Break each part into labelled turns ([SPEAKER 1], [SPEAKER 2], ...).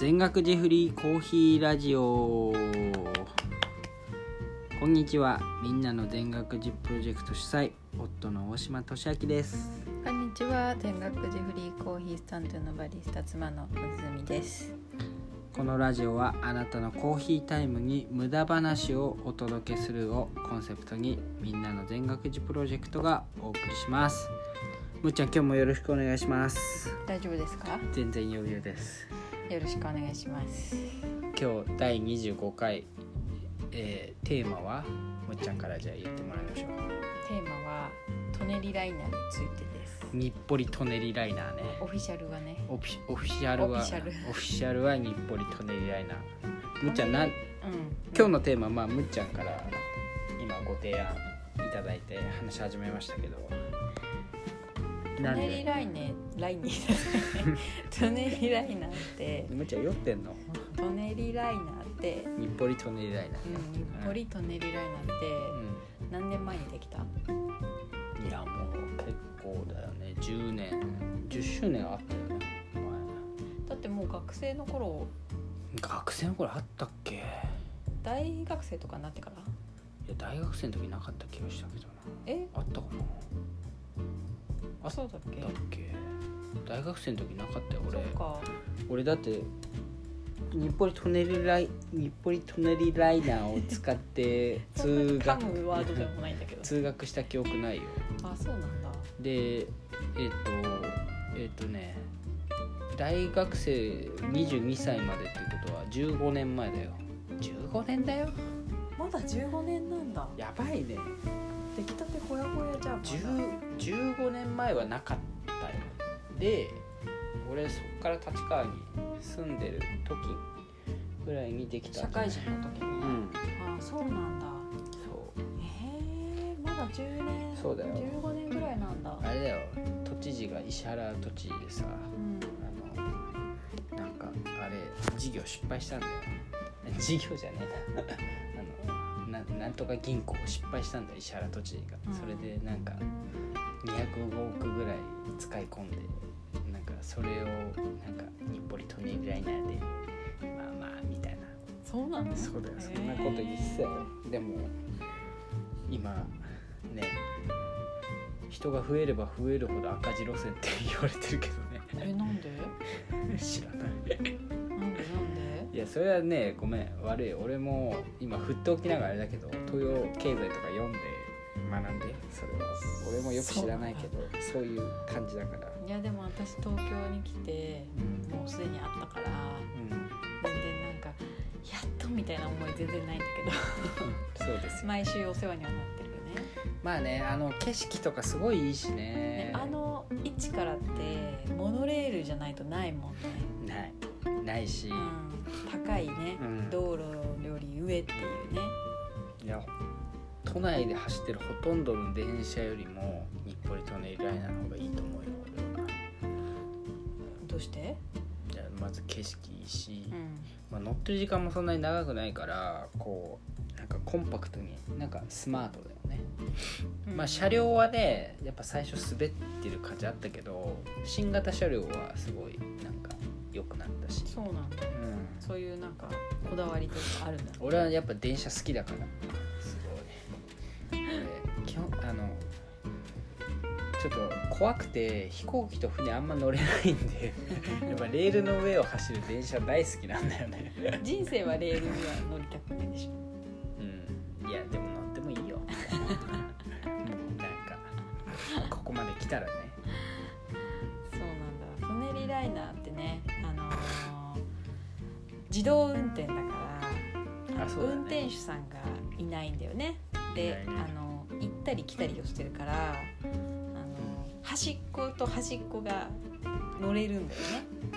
[SPEAKER 1] 音楽ジェフリーコーヒーラジオこんにちはみんなの全学児プロジェクト主催夫の大島俊明です
[SPEAKER 2] こんにちは、全学寺フリーコーヒースタンドのバリスタ妻のむずみです。
[SPEAKER 1] このラジオはあなたのコーヒータイムに無駄話をお届けするをコンセプトにみんなの全学児プロジェクトがお送りしますむっちゃん今日もよろしくお願いします
[SPEAKER 2] 大丈夫ですか？
[SPEAKER 1] 全然余裕です
[SPEAKER 2] よろしくお願いします。
[SPEAKER 1] 今日第25回、えーテーマはむっちゃんからじゃあ言ってもらいましょう
[SPEAKER 2] テーマはトネリライナーについてです。
[SPEAKER 1] 日暮里舎人ライナーね
[SPEAKER 2] オフィシャルはね、
[SPEAKER 1] オフィシオフィシャルは
[SPEAKER 2] オフィシャル
[SPEAKER 1] オフィシャルは日暮里舎人ライナーむっちゃんなん
[SPEAKER 2] うん、
[SPEAKER 1] 今日のテーマまあむっちゃんから今ご提案いただいて話し始めましたけど
[SPEAKER 2] ト
[SPEAKER 1] なん
[SPEAKER 2] ネリ
[SPEAKER 1] で
[SPEAKER 2] ライネライネトネリライナーって
[SPEAKER 1] むっちゃん酔ってんの
[SPEAKER 2] トネリライナーって、
[SPEAKER 1] 日暮里舎人ライナー
[SPEAKER 2] うん、日暮里トネリライナーって
[SPEAKER 1] う
[SPEAKER 2] 何年前にできた？
[SPEAKER 1] んいやもう結構だよね10年10周年あったよね
[SPEAKER 2] だってもう学生の頃、
[SPEAKER 1] 前学生の頃あったっけいや
[SPEAKER 2] 大学生とかになってから？
[SPEAKER 1] 大学生の時なかった気がしたけどな
[SPEAKER 2] え、
[SPEAKER 1] あったかなあ
[SPEAKER 2] そうだっけ
[SPEAKER 1] だっ？け大学生の時なかったよ
[SPEAKER 2] そ
[SPEAKER 1] 俺
[SPEAKER 2] っか。
[SPEAKER 1] 俺だって日暮里舎人ライ日暮里舎人ライナーを使って
[SPEAKER 2] そ
[SPEAKER 1] 通
[SPEAKER 2] んな
[SPEAKER 1] 学
[SPEAKER 2] 噛むワードでもないんだけど。
[SPEAKER 1] 通学した記憶ないよ
[SPEAKER 2] あ、そうなんだ。
[SPEAKER 1] でえっ、とえっ、とね大学生22歳までってことは15年前だよ15年だよ
[SPEAKER 2] まだ15年なんだ。
[SPEAKER 1] やばいね
[SPEAKER 2] 出来たてほやほやじゃん。まだ
[SPEAKER 1] 10 15年前はなかったよで俺そっから立川に住んでる時ぐらいにできた
[SPEAKER 2] 社会人の時に。
[SPEAKER 1] うん
[SPEAKER 2] あ、そうなんだ。
[SPEAKER 1] そう
[SPEAKER 2] ええまだ10年。
[SPEAKER 1] そうだよ
[SPEAKER 2] 15年ぐらいなんだ。
[SPEAKER 1] あれだよ都知事が石原都知事でさ
[SPEAKER 2] うん。
[SPEAKER 1] あのなんかあれ事業失敗したんだよ 事業じゃねえな あのななんとか銀行失敗したんだよ石原都知事が、
[SPEAKER 2] うん
[SPEAKER 1] それでなんか205億ぐらい使い込んでなんかそれをなんか日暮里トニーライナーでまあまあみたいな
[SPEAKER 2] そうなんだ。
[SPEAKER 1] そうだよそんなこと言ってたよでも今ね人が増えれば増えるほど赤字路線って言われてるけど
[SPEAKER 2] え、なんで？
[SPEAKER 1] ね 知らない
[SPEAKER 2] なんでなんで？
[SPEAKER 1] いやそれはねごめん悪い俺も今振っておきながらあれだけど東洋経済とか読んで学んでそれは俺もよく知らないけ どそういう感じだから
[SPEAKER 2] いやでも私東京に来て
[SPEAKER 1] うん
[SPEAKER 2] もうすでにあったから
[SPEAKER 1] うん
[SPEAKER 2] 全然なんかやっとみたいな思い全然ないんだけど
[SPEAKER 1] そうですよ
[SPEAKER 2] 毎週お世話にはなってるよね。
[SPEAKER 1] まあねあの景色とかすごいいいしね
[SPEAKER 2] ねあの位置からってモノレールじゃないとないもんね、
[SPEAKER 1] ないないし、
[SPEAKER 2] うん、高いね、
[SPEAKER 1] うん
[SPEAKER 2] 道路より上っていうね
[SPEAKER 1] いや都内で走ってるほとんどの電車よりも日暮里舎人ライナーの方がいいと思うよ俺は
[SPEAKER 2] どうして、
[SPEAKER 1] いやまず景色いいし、
[SPEAKER 2] うん、
[SPEAKER 1] まあ、乗ってる時間もそんなに長くないからこうなんかコンパクトになんかスマートだよね、まあ車両はねやっぱ最初滑ってる感じあったけど新型車両はすごいなんか良くなったし、
[SPEAKER 2] そうなんだ
[SPEAKER 1] うん、
[SPEAKER 2] そういうなんかこだわりとかあるんだ
[SPEAKER 1] 俺はやっぱ電車好きだからすごい俺基本あのちょっと怖くて飛行機と船あんま乗れないんでやっぱレールの上を走る電車大好きなんだよね
[SPEAKER 2] 人生はレールには乗りたくないでしょ
[SPEAKER 1] うんいやでも乗ってもいいよ もうなんかここまで来たらね
[SPEAKER 2] そうなんだトネリライナーってね、あのー自動運転だから
[SPEAKER 1] あそうだね
[SPEAKER 2] 運転手さんがいないんだよね
[SPEAKER 1] い
[SPEAKER 2] で
[SPEAKER 1] ないね
[SPEAKER 2] あの行ったり来たりをしてるからあの端っこと端っこが乗れるんだよね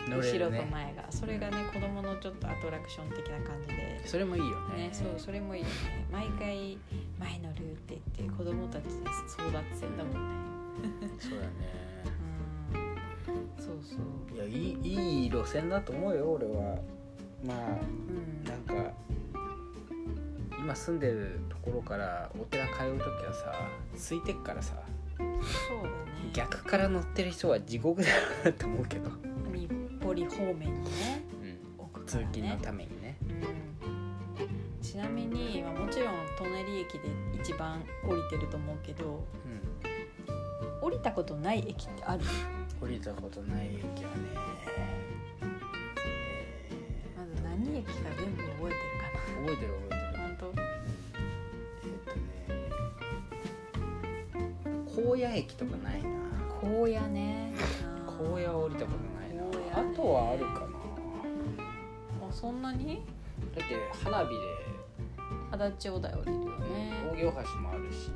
[SPEAKER 1] 乗れる
[SPEAKER 2] 後ろと
[SPEAKER 1] ね
[SPEAKER 2] 前がそれがね子供のちょっとアトラクション的な感じで、ね、
[SPEAKER 1] それもいいよね
[SPEAKER 2] そうそれもいいよね毎回「前乗る」って言って子供たちで争奪戦だもんね
[SPEAKER 1] そうだね
[SPEAKER 2] うんそうそう
[SPEAKER 1] いやいいいい路線だと思うよ俺はまあ
[SPEAKER 2] うん
[SPEAKER 1] なんか今住んでるところからお寺通う時はさ空いてっからさ
[SPEAKER 2] そうだね
[SPEAKER 1] 逆から乗ってる人は地獄だなと思うけど、
[SPEAKER 2] 日暮里方面にね
[SPEAKER 1] うん
[SPEAKER 2] 奥から
[SPEAKER 1] 通
[SPEAKER 2] ね
[SPEAKER 1] 勤のためにね
[SPEAKER 2] うんちなみに、まあ、もちろん舎人駅で一番降りてると思うけど降りたことない駅ってある
[SPEAKER 1] うん降りたことない駅はねえ
[SPEAKER 2] まず何駅か全部覚えてる
[SPEAKER 1] ー覚えてる覚え
[SPEAKER 2] か
[SPEAKER 1] て
[SPEAKER 2] な
[SPEAKER 1] る
[SPEAKER 2] 本
[SPEAKER 1] え
[SPEAKER 2] 当
[SPEAKER 1] っとね高野駅とかないな
[SPEAKER 2] 高野ね
[SPEAKER 1] 高野は降りたことないな、
[SPEAKER 2] 高野ね
[SPEAKER 1] あとはあるかな
[SPEAKER 2] あーあそんなに
[SPEAKER 1] だって花火で
[SPEAKER 2] 足立小台降りるよね
[SPEAKER 1] 大行橋もあるし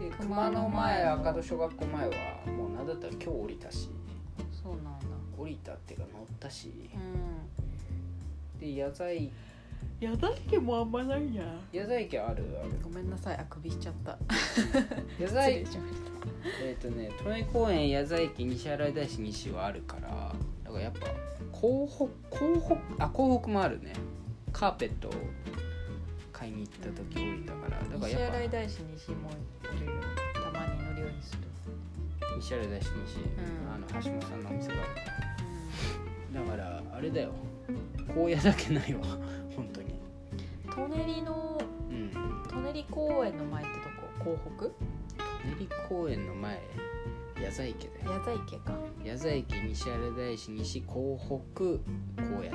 [SPEAKER 1] で
[SPEAKER 2] 熊
[SPEAKER 1] 熊
[SPEAKER 2] 野
[SPEAKER 1] 野
[SPEAKER 2] 前
[SPEAKER 1] 前赤戸小学校前はもうなんだったら今日降りたし
[SPEAKER 2] そうなんだ
[SPEAKER 1] 降りたっていうか乗ったし
[SPEAKER 2] うん
[SPEAKER 1] で矢沢駅
[SPEAKER 2] 矢田家もあんまないや
[SPEAKER 1] 矢沢駅あるある
[SPEAKER 2] ごめんなさいあくびしちゃった
[SPEAKER 1] 矢沢
[SPEAKER 2] 失礼
[SPEAKER 1] 駅
[SPEAKER 2] しまし
[SPEAKER 1] えっ、とね都内公園矢沢駅西新井大師西はあるからだからやっぱ港北港北あ港北もあるねカーペットを買いに行った時降りたからだ
[SPEAKER 2] た
[SPEAKER 1] から
[SPEAKER 2] 西
[SPEAKER 1] やっぱ
[SPEAKER 2] 新井大師西も降りるたまに乗るようにする
[SPEAKER 1] 西新井大師西、
[SPEAKER 2] うん
[SPEAKER 1] あの橋本さんのお店があるからだからあれだよ荒野だけないわ本当に
[SPEAKER 2] 舎人の
[SPEAKER 1] うん
[SPEAKER 2] 舎人公園の前ってとこ港
[SPEAKER 1] 練り公園の前矢沢池だ
[SPEAKER 2] 北
[SPEAKER 1] よ
[SPEAKER 2] 矢田池か
[SPEAKER 1] 矢沢池西新井大師西港北荒野だよ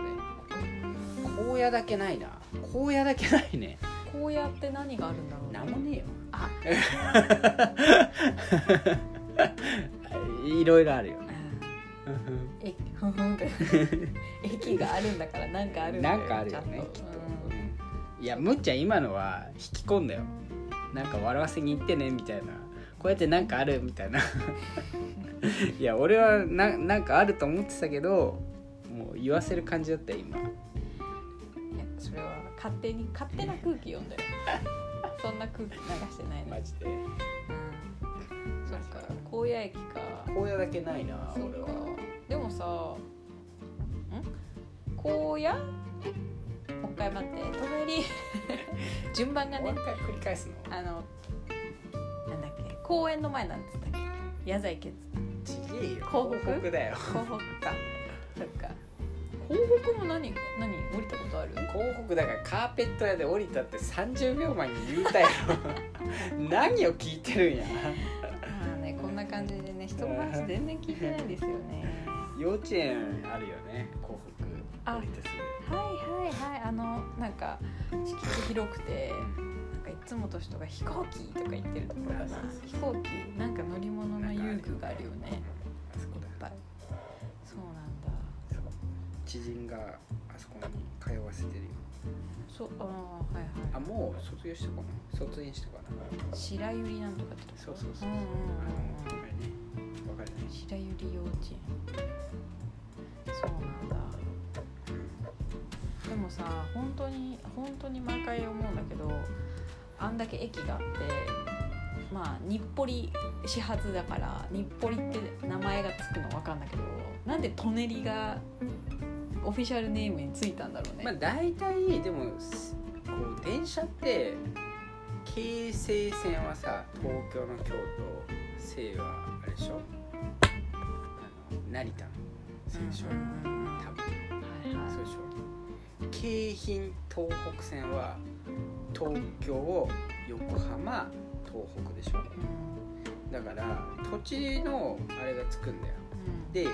[SPEAKER 1] 荒野だけないな荒野だけないね
[SPEAKER 2] 高野って何があるんだろう
[SPEAKER 1] なんもねえよ
[SPEAKER 2] あ
[SPEAKER 1] いろいろあるよね
[SPEAKER 2] えふふ んって駅があるんだからなんかあるんだ
[SPEAKER 1] なんかあるよねきっと、うんいやむっちゃん今のは引き込んだよなんか笑わせに行ってねみたいなこうやってなんかあるみたいな いや俺はななんかあると思ってたけどもう言わせる感じだったよ今
[SPEAKER 2] いやそれは勝手に勝手な空気読んだ よそんな空気流してないの、
[SPEAKER 1] マジで
[SPEAKER 2] うん、そっか高野駅か
[SPEAKER 1] 荒野だけないな
[SPEAKER 2] そっ
[SPEAKER 1] 俺
[SPEAKER 2] か
[SPEAKER 1] は
[SPEAKER 2] でもさん高野もう一回待って 隣順番が
[SPEAKER 1] もう
[SPEAKER 2] ね
[SPEAKER 1] 一回繰り返すの
[SPEAKER 2] あのなんだっけ公園の前なんつったっけ矢沢駅っつっ
[SPEAKER 1] ちげえよ
[SPEAKER 2] 広
[SPEAKER 1] 広
[SPEAKER 2] 告
[SPEAKER 1] 告だよ
[SPEAKER 2] た港北かそっか広北も何何降りたことある
[SPEAKER 1] 広告だからカーペット屋で降りたって30秒前に言うたよ 何を聞いてるんや
[SPEAKER 2] まあねこんな感じでね人の話全然聞いてないんですよね
[SPEAKER 1] 幼稚園あるよね広告
[SPEAKER 2] あ
[SPEAKER 1] 降りてす
[SPEAKER 2] はいはいはいあのなんか敷地広くてなんかいつもと人が飛行機とか言ってるところだな飛行機なんか乗り物
[SPEAKER 1] ぐ
[SPEAKER 2] の遊具があるよねいっ
[SPEAKER 1] あそこだ
[SPEAKER 2] ぱいそうなんだ
[SPEAKER 1] そう知人があそこに通わせてるよ
[SPEAKER 2] そうああはい
[SPEAKER 1] あ
[SPEAKER 2] は
[SPEAKER 1] もう卒業したかな卒園したかない
[SPEAKER 2] 白百合なんとかってとこ
[SPEAKER 1] そうそうそうそう
[SPEAKER 2] うんうん
[SPEAKER 1] あの
[SPEAKER 2] うんうん
[SPEAKER 1] あれねわかるね
[SPEAKER 2] 白百合幼稚園そうなんだでもさ本当に本当に毎回思うんだけどあんだけ駅があってまあ日暮里始発だから日暮里って名前がつくの分かんだけどなんで舎人がオフィシャルネームについたんだろうね、
[SPEAKER 1] まあ大体でもすこう電車って京成線はさ東京の京都西はあれでしょあの成田の
[SPEAKER 2] うん
[SPEAKER 1] 線でしょ
[SPEAKER 2] うんうん
[SPEAKER 1] 多分
[SPEAKER 2] はいはい
[SPEAKER 1] そうでしょ京浜東北線は東京横浜東北でしょ
[SPEAKER 2] うん
[SPEAKER 1] だから土地のあれがつくんだよ
[SPEAKER 2] うん
[SPEAKER 1] で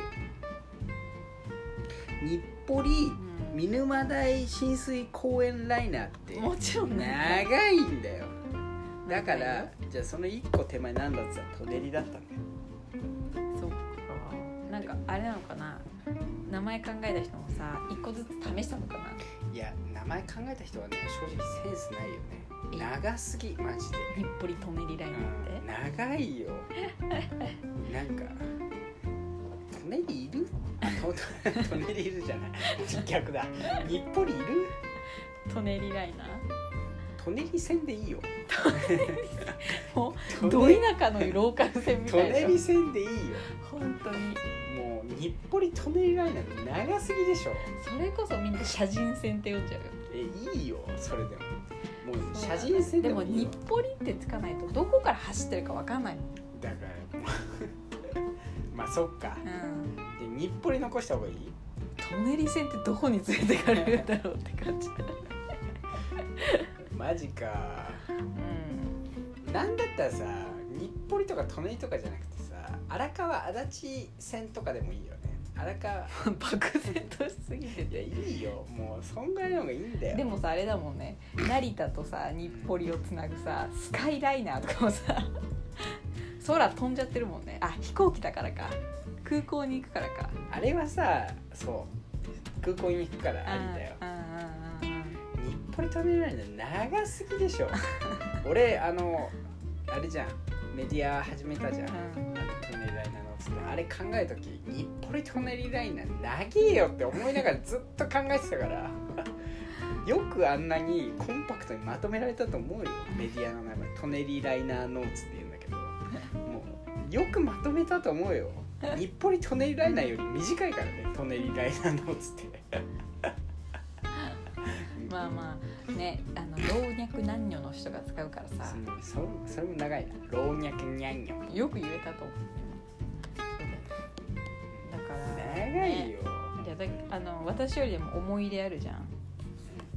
[SPEAKER 1] 日暮里
[SPEAKER 2] うん
[SPEAKER 1] 見沼大浸水公園ライナーって
[SPEAKER 2] もちろんね
[SPEAKER 1] 長いんだよだからじゃあその1個手前なんだっつったら舎人だったんだよ
[SPEAKER 2] そっかなんかあれなのかな名前考えた人もさ一個ずつ試したのかない
[SPEAKER 1] や名前考えた人はね正直センスないよね長すぎマジで
[SPEAKER 2] 日暮里舎人ラインって、
[SPEAKER 1] うん長いよ なんか「トネリいる?あ」と 「トネリいる」じ ゃない逆だ「日暮里いる?
[SPEAKER 2] トネリライナ」
[SPEAKER 1] トネリ線でいいよ
[SPEAKER 2] ーも
[SPEAKER 1] ト
[SPEAKER 2] う
[SPEAKER 1] ネ
[SPEAKER 2] ど田舎のローカル線み
[SPEAKER 1] ト
[SPEAKER 2] たいな
[SPEAKER 1] ネリ線でいいよ
[SPEAKER 2] 本当に
[SPEAKER 1] もう日暮里トネリライナー長すぎでしょ
[SPEAKER 2] それこそみんな写真線って読んじゃうよ
[SPEAKER 1] えいいよそれでももう写真線
[SPEAKER 2] で
[SPEAKER 1] で
[SPEAKER 2] も
[SPEAKER 1] もいい
[SPEAKER 2] 日
[SPEAKER 1] よ
[SPEAKER 2] 暮里ってつかないとどこから走ってるかわかんないもん、
[SPEAKER 1] だからもうまあそっか
[SPEAKER 2] うん、
[SPEAKER 1] で日暮里残した方がいい
[SPEAKER 2] ト舎人線ってどこに連れてかれるんだろうって感じ、
[SPEAKER 1] マジか
[SPEAKER 2] うん、
[SPEAKER 1] なんだったらさ日暮里とか舎人とかじゃなくてさ荒川足立線とかでもいいよね荒川
[SPEAKER 2] 漠然としすぎて
[SPEAKER 1] いや
[SPEAKER 2] て
[SPEAKER 1] いいよもうそんぐらいの方がいいんだよ
[SPEAKER 2] でもさあれだもんね成田とさ日暮里をつなぐさスカイライナーとかもさ空飛んじゃってるもんねあ飛行機だからか空港に行くからか
[SPEAKER 1] あれはさそう空港に行くからありだよ
[SPEAKER 2] あーあーあーあー
[SPEAKER 1] 日暮里トンネルライン長すぎでしょ俺あのあれじゃんメディア始めたじゃん、
[SPEAKER 2] うん
[SPEAKER 1] なんかトンネルライナーのっつってあれ考えた時日暮里トンネルライナー長えよって思いながらずっと考えてたから よくあんなにコンパクトにまとめられたと思うよメディアの名前トネリライナーノーツって言うんだけどもうよくまとめたと思うよ日暮里トネリライナーより短いからねトネリライナーノーツって
[SPEAKER 2] まあまあねあの老若男女の人が使うからさ
[SPEAKER 1] そのそそれも長いな老若にゃんにょ
[SPEAKER 2] よく言えたと思うだから
[SPEAKER 1] 長いよ、
[SPEAKER 2] いやだあの私よりも思い入れあるじゃん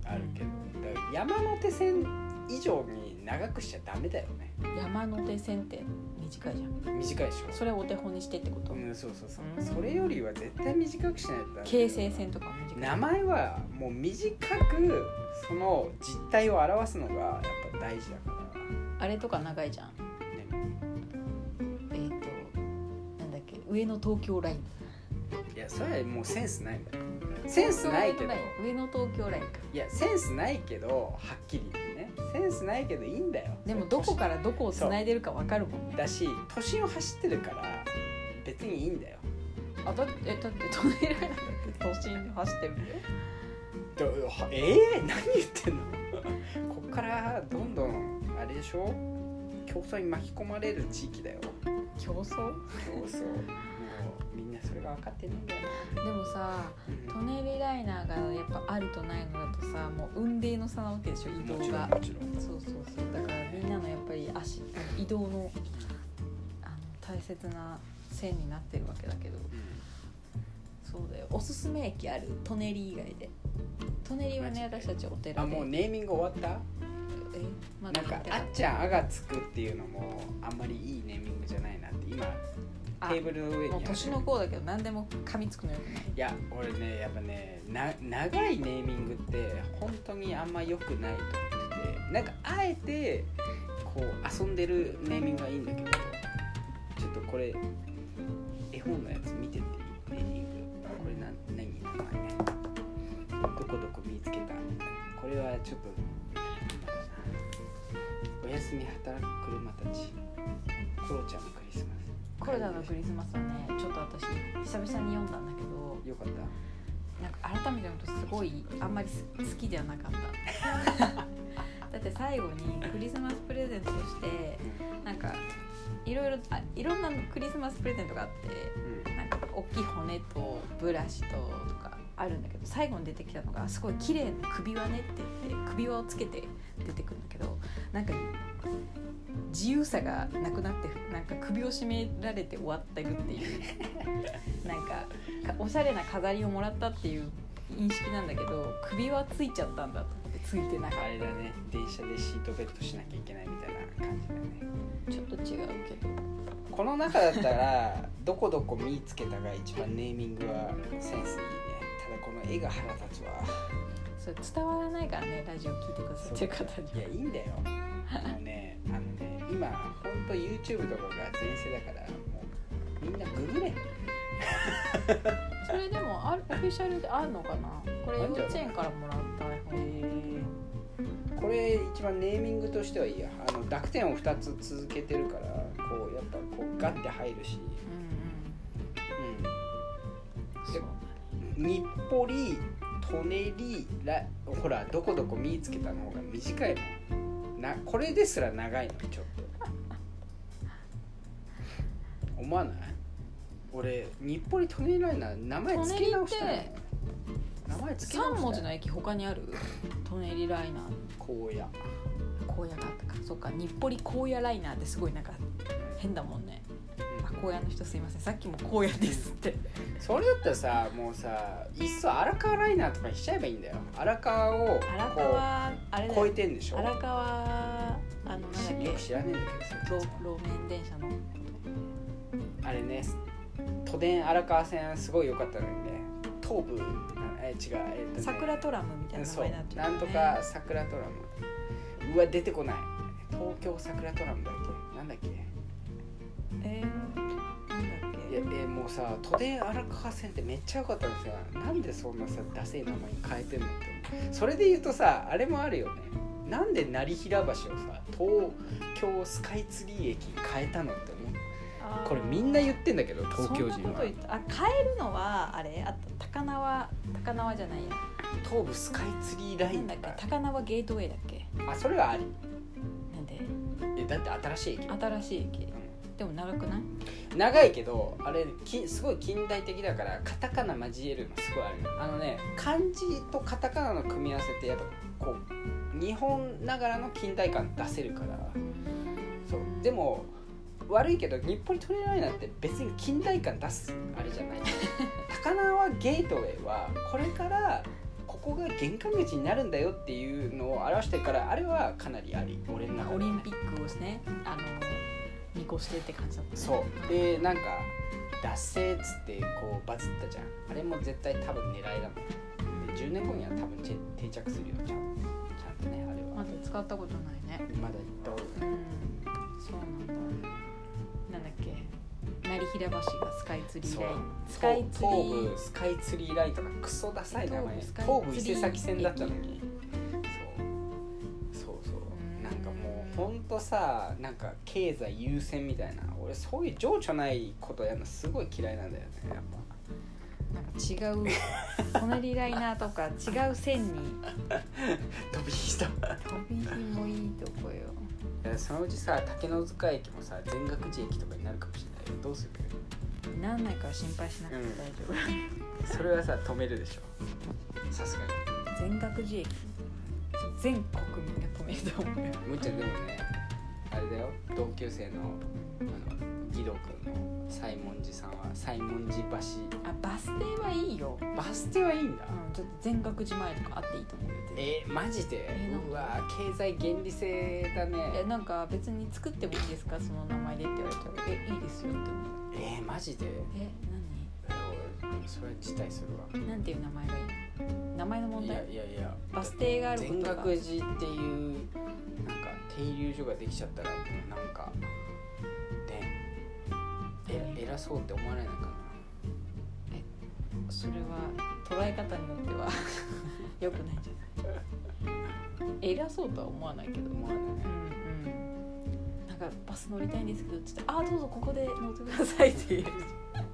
[SPEAKER 1] あるけどだから山手線以上に長くしちゃダメだよね
[SPEAKER 2] 山手線って短いじゃん
[SPEAKER 1] 短いでし
[SPEAKER 2] それをお手本にしてってこと
[SPEAKER 1] ょ、うん、そうそうそう、
[SPEAKER 2] うん
[SPEAKER 1] それよりは絶対短くしないとダメ
[SPEAKER 2] 京成線とかも短い
[SPEAKER 1] 名前はもう短くその実態を表すのがやっぱ大事だか
[SPEAKER 2] あれとか長いじゃん
[SPEAKER 1] らね
[SPEAKER 2] えっ、となんだっけ上野東京ライン
[SPEAKER 1] いやそれはもうセンスないんだよセンスないけど
[SPEAKER 2] 上野東京ラインか
[SPEAKER 1] いやセンスないけどはっきり言ってねセンスないけどいいんだよ
[SPEAKER 2] でもどこからどこをつないでるかわかるもんね
[SPEAKER 1] だし都心を走ってるから別にいいんだよ
[SPEAKER 2] あだってえだ って都内ラインだって都心で走ってる
[SPEAKER 1] どはえー、何言ってんの こっからどんどんあれでしょ競争に巻き込まれる地域だよ
[SPEAKER 2] 競争
[SPEAKER 1] 競争もうみんなそれが分かってないんだよね、
[SPEAKER 2] でもさ
[SPEAKER 1] うん
[SPEAKER 2] トネリライナーがやっぱあるとないのだとさもう運命の差なわけでしょ移動
[SPEAKER 1] もちろ
[SPEAKER 2] が
[SPEAKER 1] んもちろん
[SPEAKER 2] そうそうそうだからみんなのやっぱり足移動のあの大切な線になってるわけだけどそうだよおすすめ駅あるトネリ以外でトネリはね
[SPEAKER 1] マジ
[SPEAKER 2] 私
[SPEAKER 1] で
[SPEAKER 2] たちお寺で
[SPEAKER 1] あもうネーミング終わった
[SPEAKER 2] えまだ
[SPEAKER 1] なん
[SPEAKER 2] 行
[SPEAKER 1] か「
[SPEAKER 2] って
[SPEAKER 1] あ
[SPEAKER 2] な
[SPEAKER 1] っ
[SPEAKER 2] い
[SPEAKER 1] ちゃんあ」がつくっていうのもあんまりいいネーミングじゃないなって今
[SPEAKER 2] あ
[SPEAKER 1] テーブルの上に
[SPEAKER 2] もう
[SPEAKER 1] ある
[SPEAKER 2] 年の子だけど何でも噛みつくのよくない
[SPEAKER 1] いや俺ねやっぱねな長いネーミングって本当にあんま良くないと思っててなんかあえてこう遊んでるネーミングがいいんだけどちょっとこれ絵本のやつ見てていいネーミングこれな何名前ねどこどこ見つけたこれはちょっとなんだろうなおやすみ働く車たちコロちゃんのクリスマス
[SPEAKER 2] コロナのクリスマスはねちょっと私久々に読んだんだけど
[SPEAKER 1] よかった
[SPEAKER 2] なんか改めて読むとすごいあんまりす好きじゃなかった だって最後にクリスマスプレゼントとしてなんかいろいろあいろんなクリスマスプレゼントがあって
[SPEAKER 1] うん
[SPEAKER 2] なんか大きい骨とブラシととかあるんだけど最後に出てきたのがすごい綺麗な首輪ねって言って首輪をつけて出てくるんだけどなんか自由さがなくなってなんか首を絞められて終わってるっていうなんかかおしゃれな飾りをもらったっていう認識なんだけど首輪ついちゃったんだと思ってついてなかっ
[SPEAKER 1] あれだね電車でシートベットしなきゃいけないみたいな感じだね
[SPEAKER 2] たちょっと違うけど
[SPEAKER 1] この中だったら「どこどこ見つけた」が一番ネーミングはセンスいいねただこの絵が腹立つわ
[SPEAKER 2] それ伝わらないからねラジオ聞いてくださってる方に
[SPEAKER 1] いやいいんだよあのねあのね今ほんと YouTube とかが全盛だからもうみんなググれ
[SPEAKER 2] それでもあるオフィシャルであるのかなこれ
[SPEAKER 1] あ
[SPEAKER 2] 幼
[SPEAKER 1] んじゃない
[SPEAKER 2] 稚園からもらった本
[SPEAKER 1] これ一番ネーミングとしてはいいやあの濁点を2つ続けてるからこうやっぱこうガッて入るし、うん、
[SPEAKER 2] うんうんそう
[SPEAKER 1] 日暮里舎人らほらどこどこ見つけたの方が短いもんなこれですら長いのちょっと 思わない俺日暮里舎人ライナー名前付け直したい名前付け直
[SPEAKER 2] 3文
[SPEAKER 1] し
[SPEAKER 2] 字
[SPEAKER 1] た
[SPEAKER 2] の
[SPEAKER 1] い
[SPEAKER 2] 駅他にあるトネリライナー
[SPEAKER 1] 荒野
[SPEAKER 2] 荒野があったかそっか日暮里荒野ライナーってすごいなんか変だもんねあ荒野の人すいませんさっきも荒野ですって
[SPEAKER 1] それだったらさもうさいっそ荒川ライナーとかにしちゃえばいいんだよ荒川を
[SPEAKER 2] 荒
[SPEAKER 1] こ
[SPEAKER 2] 川あれだ
[SPEAKER 1] う超え
[SPEAKER 2] よ
[SPEAKER 1] てんでしょ
[SPEAKER 2] 荒川あのなんだっ
[SPEAKER 1] よく知らねえんだけ
[SPEAKER 2] け
[SPEAKER 1] ど
[SPEAKER 2] 路
[SPEAKER 1] それ
[SPEAKER 2] 路面電車の
[SPEAKER 1] あれね都電荒川線すごい良かったのにね東武あえ違うえっとね
[SPEAKER 2] 桜トラムみたいな名
[SPEAKER 1] そう
[SPEAKER 2] 前になってる
[SPEAKER 1] な
[SPEAKER 2] よね
[SPEAKER 1] んとか桜トラムうわ出てこない東京桜トラムだっけなんだっけ
[SPEAKER 2] えー、なんだっ
[SPEAKER 1] い
[SPEAKER 2] け
[SPEAKER 1] やえもうさ都電荒川線ってめっちゃ良かったんですよなんでそんなさダセい名前に変えてんのって思うそれで言うとさあれもあるよねなんで成平橋をさ東京スカイツリー駅に変えたのって思う
[SPEAKER 2] あー
[SPEAKER 1] これみんな言ってんだけど東京
[SPEAKER 2] そん
[SPEAKER 1] 人
[SPEAKER 2] なこと
[SPEAKER 1] は
[SPEAKER 2] 言ったあ変えるのはあれあと高輪高輪じゃないや
[SPEAKER 1] 東武スカイツリーライ
[SPEAKER 2] な
[SPEAKER 1] ン
[SPEAKER 2] んだ
[SPEAKER 1] だから
[SPEAKER 2] っけ高輪ゲートウェイだっけ
[SPEAKER 1] あそれはあり
[SPEAKER 2] なんで
[SPEAKER 1] えだって新しい駅
[SPEAKER 2] 新しい駅でも長くない
[SPEAKER 1] 長いけどあれきすごい近代的だからカタカナ交えるのすごいあるのあのね漢字とカタカナの組み合わせってやっぱこう日本ながらの近代感出せるからそうでも悪いけど日暮里トレライナーって別に近代感出すあれじゃない高輪ゲートウェイはこれからここが玄関口になるんだよっていうのを表してるからあれはかなりあり俺の中では
[SPEAKER 2] オリンピックをねあの見越してって感じだったね
[SPEAKER 1] そうでなんか「脱製」っつってこうバズったじゃんあれも絶対多分狙いだもんで10年後には多分ち定着するよちゃんちゃんとねあれは
[SPEAKER 2] まだ使ったことないね
[SPEAKER 1] まだ行ったこと
[SPEAKER 2] う
[SPEAKER 1] ない
[SPEAKER 2] んそうなんだなんだっけ成平橋がスカイツリーラインスカイツリ
[SPEAKER 1] 東
[SPEAKER 2] ー
[SPEAKER 1] 東武スカイツリーラインとかクソダサい名前
[SPEAKER 2] 東武ス
[SPEAKER 1] 東
[SPEAKER 2] カイ
[SPEAKER 1] 武伊勢崎線だったのにそうそうそう
[SPEAKER 2] うん
[SPEAKER 1] なんかもうほんとさなんか経済優先みたいな俺そういう情緒ないことやるのすごい嫌いなんだよねやっぱ
[SPEAKER 2] なん か違う舎人ライナーとか違う線に
[SPEAKER 1] 飛び火した
[SPEAKER 2] 飛び火もいいとこよ
[SPEAKER 1] いやそのうちさ竹の塚駅もさ全学寺駅とかになるかもしれないよどうする
[SPEAKER 2] なんないから心配しなくて大丈夫、
[SPEAKER 1] それはさ止めるでしょさすがに
[SPEAKER 2] 全学寺駅全国民が止めると思うよ
[SPEAKER 1] むっちゃんでもねあれだよ同級生のあの義堂君の西門寺さんは西門寺橋
[SPEAKER 2] あバス停はいいよ、
[SPEAKER 1] バス停はいいんだ
[SPEAKER 2] うん、ちょっと全学寺前とかあっていいと思うよ全然
[SPEAKER 1] えー、マジで、
[SPEAKER 2] えなんか
[SPEAKER 1] うわー経済原理性だね
[SPEAKER 2] えなんか別に作ってもいいですかその名前でって言われたら「えいいですよ」って思う
[SPEAKER 1] えー、マジで
[SPEAKER 2] え
[SPEAKER 1] えー俺それは辞退する
[SPEAKER 2] 何なんていう名前がいいの名前
[SPEAKER 1] わ
[SPEAKER 2] の問
[SPEAKER 1] いや
[SPEAKER 2] 題
[SPEAKER 1] いやいや
[SPEAKER 2] バス停があるこ
[SPEAKER 1] 全
[SPEAKER 2] とが
[SPEAKER 1] 学寺っていうなんか停留所ができちゃったらもうなんかねえ偉そうって思われないか
[SPEAKER 2] それは捉え方によっては 良くないんじ ゃない偉そうとは思わないけ
[SPEAKER 1] な
[SPEAKER 2] どうん
[SPEAKER 1] 思わない
[SPEAKER 2] うんなんかバス乗りたいんですけどって言って「ああどうぞここで乗ってください」って言える
[SPEAKER 1] なんか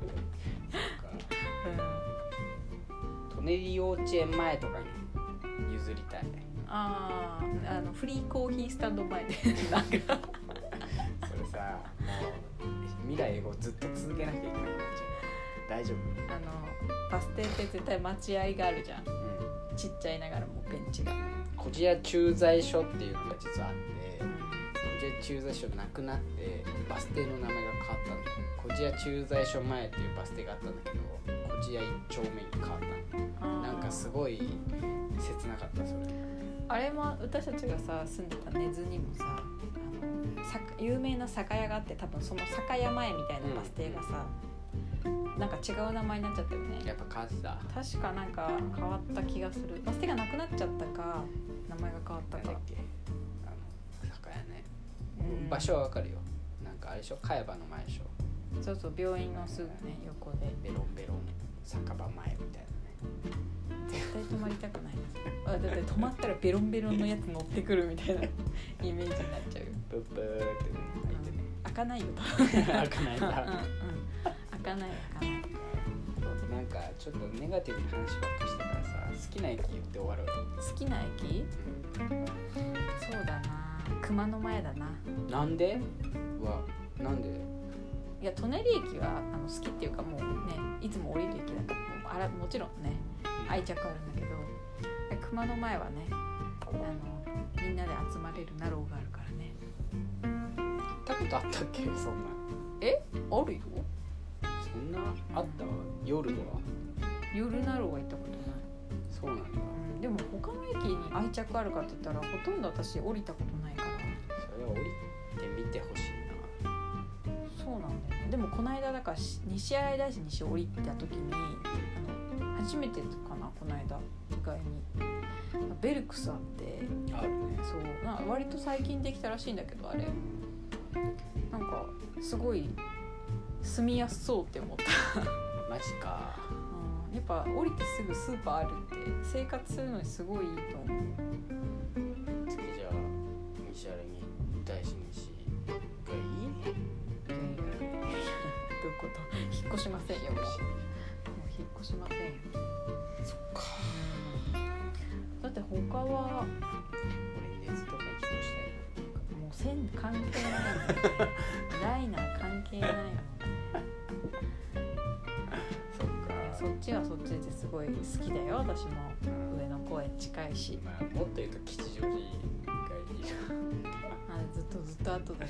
[SPEAKER 1] 舎人幼稚園前とかに譲りたい
[SPEAKER 2] あーあのフリーコーヒースタンド前で なんか
[SPEAKER 1] それさもう未来をずっと続けなきゃいけなくなっちゃう大丈夫、
[SPEAKER 2] あのバス停って絶対待合があるじゃんちっちゃいながらもベンチが、
[SPEAKER 1] こじや駐在所っていうのが実はあって小千谷駐在所なくなってバス停の名前が変わったんだよ小千谷駐在所前っていうバス停があったんだけど小千谷一丁目に変わったんだよなんかすごい切なかったそれ
[SPEAKER 2] あれも私たちがさ住んでた根津にもさあのさ有名な酒屋があって多分その酒屋前みたいなバス停がさ、なんか違う名前になっちゃったよね
[SPEAKER 1] やっぱ変わってた
[SPEAKER 2] 確かなんか変わった気がするバス停がなくなっちゃったか名前が変わった
[SPEAKER 1] なんだ
[SPEAKER 2] か
[SPEAKER 1] っ、けあの酒屋ね、
[SPEAKER 2] うん
[SPEAKER 1] 場所はわかるよなんかあれでしょ茅場の前でしょ
[SPEAKER 2] そうそう病院のすぐね横で
[SPEAKER 1] ベロンベロン酒場前みたいなね
[SPEAKER 2] 絶対泊まりたくないですあだって泊まったらベロンベロンのやつ乗ってくるみた いなイメージになっちゃうよ
[SPEAKER 1] ブッブーってね開いてね
[SPEAKER 2] 開かな いよ
[SPEAKER 1] 開かない
[SPEAKER 2] うんん
[SPEAKER 1] だ
[SPEAKER 2] うん 開かない開かない
[SPEAKER 1] なんかちょっとネガティブな話ばっかしたからさ好きな駅言って終わろうよ、
[SPEAKER 2] 好きな駅そうだな熊野前だな
[SPEAKER 1] うんなんではなんで
[SPEAKER 2] いや舎人駅はあの好きっていうかもうねいつも降りる駅だからもうあらもちろんね愛着あるんだけどいや熊野前はねあのみんなで集まれるナローがあるからね
[SPEAKER 1] 行ったことあったっけそんな
[SPEAKER 2] えああるよ
[SPEAKER 1] そんなあった夜とは
[SPEAKER 2] 夜なろうは行ったことない
[SPEAKER 1] そうなんだ
[SPEAKER 2] うんでも他の駅に愛着あるかって言ったらほとんど私降りたことないから
[SPEAKER 1] それは降りてみてほしいな
[SPEAKER 2] そうなんだよねでもこの間だからし西新井大師に降りた時にあの初めてかなこの間意外にベルクスあって
[SPEAKER 1] あるね
[SPEAKER 2] そうな割と最近できたらしいんだけどあれなんかすごい住みやすそうって思った
[SPEAKER 1] マジか
[SPEAKER 2] うんやっぱ降りてすぐスーパーあるって生活するのにすごいいいと思う
[SPEAKER 1] 次じゃあ西原に大師西がいい
[SPEAKER 2] どういうこと引っ越しませんよもうもう引っ越しませんよ
[SPEAKER 1] そっか
[SPEAKER 2] だって他は
[SPEAKER 1] 俺熱とかに気をしたいな
[SPEAKER 2] もう線関係ないライナー関係ないの
[SPEAKER 1] そっか
[SPEAKER 2] そっちはそっちですごい好きだよ私も上野公園近いし
[SPEAKER 1] まあもっと言うと吉祥寺がいいな
[SPEAKER 2] あずっとずっと後で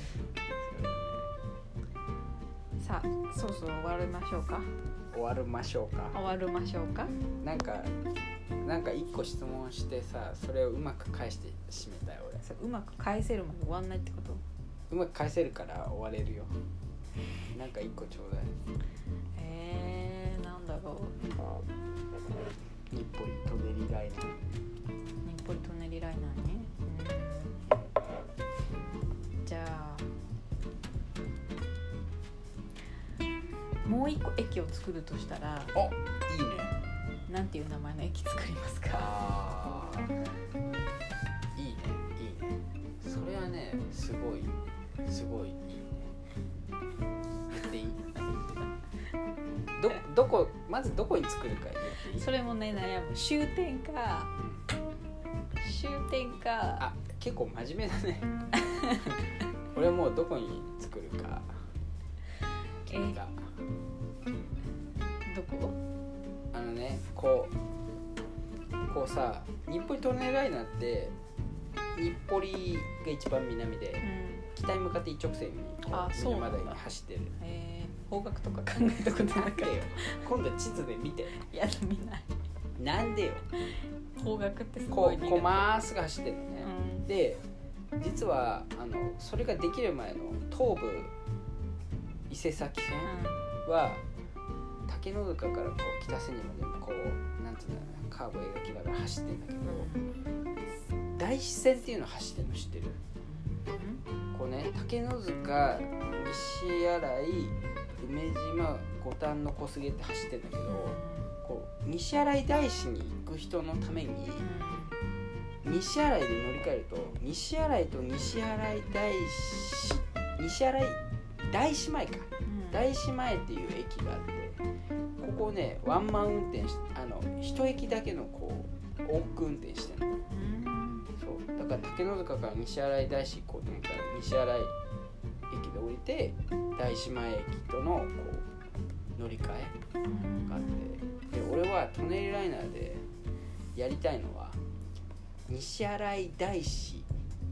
[SPEAKER 2] さあそろそろ終わりましょうか
[SPEAKER 1] 終わりましょうか
[SPEAKER 2] 終わりましょうか
[SPEAKER 1] なんかなんか一個質問してさそれをうまく返して締めたい俺
[SPEAKER 2] それうまく返せるまで終わんないってこと
[SPEAKER 1] うまく返せるから終われるよなんか一個ちょうだい
[SPEAKER 2] えー、なんだろう
[SPEAKER 1] 日暮里トデリライナー
[SPEAKER 2] 日暮里舎人ライナーねうんじゃあもう一個駅を作るとしたら
[SPEAKER 1] おいいね
[SPEAKER 2] なんていう名前の駅作りますか
[SPEAKER 1] あーいいねいいねそれはねすごいすごいいいね言っていいどどこまずどこに作るか言っていい
[SPEAKER 2] それもね悩む終点か終点か
[SPEAKER 1] あ結構真面目だね俺もうどこに作るか
[SPEAKER 2] え
[SPEAKER 1] 君が
[SPEAKER 2] どこ
[SPEAKER 1] あのねこうこうさ日暮里トンネルライナーって日暮里が一番南で
[SPEAKER 2] うん
[SPEAKER 1] 北に向かって一直線にこ
[SPEAKER 2] あ
[SPEAKER 1] う
[SPEAKER 2] そう
[SPEAKER 1] 南
[SPEAKER 2] なんだ
[SPEAKER 1] までに走ってる
[SPEAKER 2] えー、方角とか考えたことなかっ
[SPEAKER 1] なん でよ今度地図で見て
[SPEAKER 2] たや見ない
[SPEAKER 1] なんでよ
[SPEAKER 2] 方角ってすご
[SPEAKER 1] こ
[SPEAKER 2] いう苦手
[SPEAKER 1] こうまっすぐ走ってるのね、
[SPEAKER 2] うん
[SPEAKER 1] で実はあのそれができる前の東武伊勢崎線は竹の塚からこう北千住までこうなんていうんだろうなカーブを描きながら走ってんだけど
[SPEAKER 2] うんうん
[SPEAKER 1] 大師線っていうの走ってるの知ってる
[SPEAKER 2] うん
[SPEAKER 1] こうね竹の塚西新井梅島五反の小菅って走ってんだけどこう西新井大師に行く人のために西新井で乗り換えると西新井と西新井大師西新井大師前か
[SPEAKER 2] うん
[SPEAKER 1] 大師前っていう駅があってここねワンマン運転しあの一駅だけのこう往復運転してるの
[SPEAKER 2] うん
[SPEAKER 1] そうだから竹の塚から西新井大師行こうと思ったら西新井駅で降りて大師前駅とのこう乗り換えがあってで俺は舎人ライナーでやりたいのは西新井大師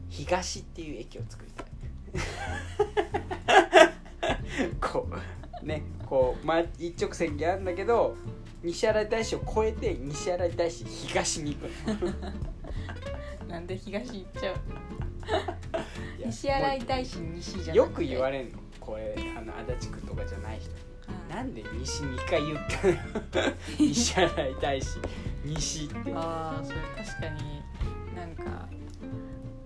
[SPEAKER 1] 東っていう駅を作りたい こうねこう、ま、一直線にあるんだけど西新井大師を越えて西新井大師東に行くの
[SPEAKER 2] なんで東行っちゃう
[SPEAKER 1] いや
[SPEAKER 2] 西新井大師西じゃなくて
[SPEAKER 1] よく言われるのこれあの足立区とかじゃない人になんで西2回言ったの 西新井大師西って
[SPEAKER 2] ああそれ確かになんか